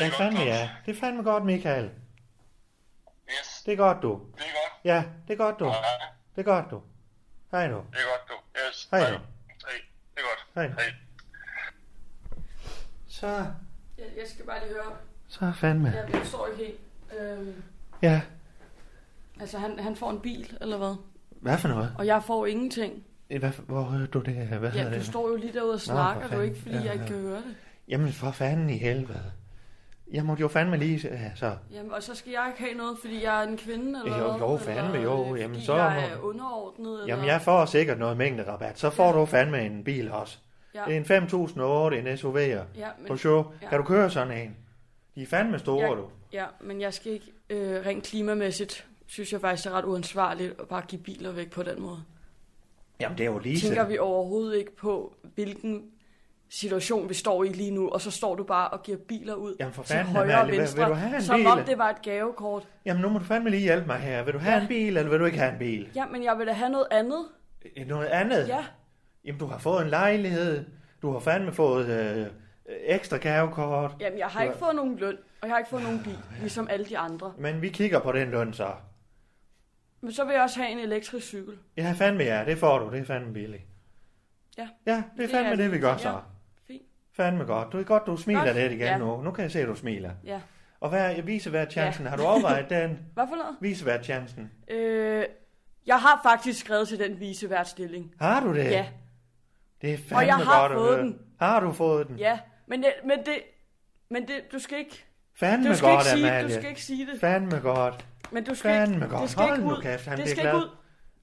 S1: Ja, fandme
S4: Claus.
S1: ja. Det er fandme godt, Michael.
S4: Yes,
S1: Det er godt, du.
S4: det er godt.
S1: Ja, det er godt, du.
S4: Ja,
S1: Det er godt, du. Hej nu.
S4: det er godt, du. Yes.
S1: Hej.
S4: Hej. Det er godt.
S1: Hej.
S4: Hej.
S1: Så,
S6: Jeg, jeg skal bare lige høre.
S1: så fandme.
S6: Jeg, jeg forstår ikke helt. Øhm,
S1: Ja,
S6: altså, han, han får en bil, eller hvad?
S1: hvad for noget?
S6: Og jeg får ingenting.
S1: Hvad, for- hvor hørte du det her? Hvad hedder
S6: Ja, du
S1: det?
S6: står jo lige derude og snakker, du
S1: fanden.
S6: ikke, fordi
S1: Ja,
S6: ja, jeg ikke
S1: ja.
S6: kan høre det.
S1: Jamen for fanden i helvede. Jeg måtte jo fandme lige... Altså,
S6: Jamen, og så skal jeg ikke have noget, fordi jeg er en kvinde, eller
S1: Jo,
S6: hvad?
S1: jo, fandme,
S6: eller,
S1: jo.
S6: øh,
S1: Jamen,
S6: fordi
S1: så
S6: jeg
S1: må-
S6: er underordnet,
S1: jamen
S6: eller...
S1: jeg får sikkert noget mængderabat. Så får
S6: Ja.
S1: du fandme en bil også.
S6: Ja,
S1: Det er en 5.008, en SUV'er.
S6: ja, men,
S1: På show.
S6: ja.
S1: Kan du køre sådan en? De er fandme store,
S6: Ja.
S1: du.
S6: ja, men jeg skal ikke øh, rent klimamæssigt synes jeg faktisk det er ret uansvarligt at bare give biler væk på den måde.
S1: Jamen det er jo lige
S6: Tænker
S1: så...
S6: vi overhovedet ikke på, hvilken situation vi står i lige nu, og så står du bare og giver biler ud
S1: Jamen, for
S6: til
S1: fanden,
S6: højre og
S1: Amalie, vil-
S6: venstre,
S1: vil du have en
S6: som
S1: bil?
S6: om det var et gavekort.
S1: Jamen nu må du fandme lige hjælpe mig her. Vil du have en bil, eller vil du ikke have en bil?
S6: Ja, men jeg vil da have noget andet.
S1: Øh, Noget andet?
S6: Ja,
S1: Jamen du har fået en lejlighed. Du har fandme fået øh, øh, ekstra gavekort.
S6: jamen jeg har
S1: Du
S6: ikke
S1: er-
S6: fået nogen løn, og jeg har ikke fået nogen bil, ligesom alle de andre.
S1: Men vi kigger på den løn så.
S6: Men så vil jeg også have en elektrisk cykel.
S1: Ja, fandme ja, det får du. Det er fandme billigt.
S6: Ja.
S1: Ja, det er
S6: Det
S1: fandme
S6: er
S1: det, vi gør
S6: det.
S1: så.
S6: Ja. Fint.
S1: Fandme godt. Du er godt, du smiler
S6: Godt.
S1: lidt igen
S6: Ja.
S1: nu. Nu kan jeg se, at du smiler.
S6: Ja.
S1: Og hvad er viseværdchancen? Ja. Har du overvejet den?
S6: Hvad for noget?
S1: Viseværdchancen.
S6: Øh, jeg har faktisk skrevet til den viseværtsstilling.
S1: Har du det?
S6: Ja,
S1: Det er fandme
S6: jeg har
S1: godt at
S6: fået
S1: høre.
S6: den.
S1: Har du fået den?
S6: ja. Men, det, men det... Men det, du skal ikke...
S1: Fandme
S6: Du skal
S1: godt,
S6: ikke sige,
S1: Amalie.
S6: du skal ikke sige det.
S1: Fandme godt.
S6: Men du skal
S1: Fandme
S6: ikke...
S1: godt.
S6: Det skal
S1: Hold
S6: ikke
S1: nu
S6: ud.
S1: kæft, han
S6: det
S1: bliver
S6: skal
S1: glad.
S6: ikke ud.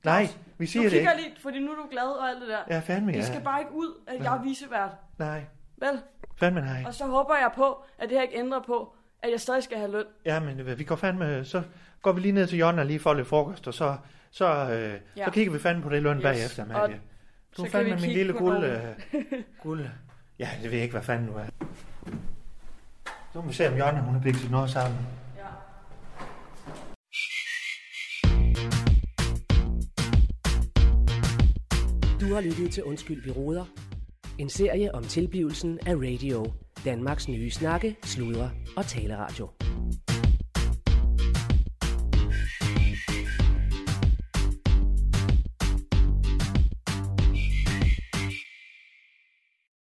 S1: Nej, vi
S6: Du
S1: siger det
S6: kigger
S1: ikke.
S6: lige, fordi nu er du glad og alt det der.
S1: Ja, fandme ja.
S6: Det skal bare ikke ud, at jeg er visevært.
S1: Nej,
S6: Vel?
S1: fandme nej.
S6: Og så håber jeg på, at det her ikke ændrer på, at jeg stadig skal have løn.
S1: Ja, men øh, vi går fandme... Så går vi lige ned til Jonna lige for lidt frokost, og så, så, øh,
S6: Ja.
S1: så kigger vi fandme på det løn
S6: Yes.
S1: bagefter, Amalie.
S6: Og
S1: Du
S6: så
S1: er
S6: kan
S1: fandme
S6: vi
S1: min
S6: kigge
S1: lille
S6: på
S1: guld,
S6: nogle-
S1: øh, guld. Ja, det ved jeg ikke, hvad fanden du er. Nu må vi se, om Jonna hun har bikset noget sammen.
S6: Ja.
S3: Du har lyttet til Undskyld, vi råder. En serie om tilblivelsen af radio. Danmarks nye snakke, sludre og taleradio.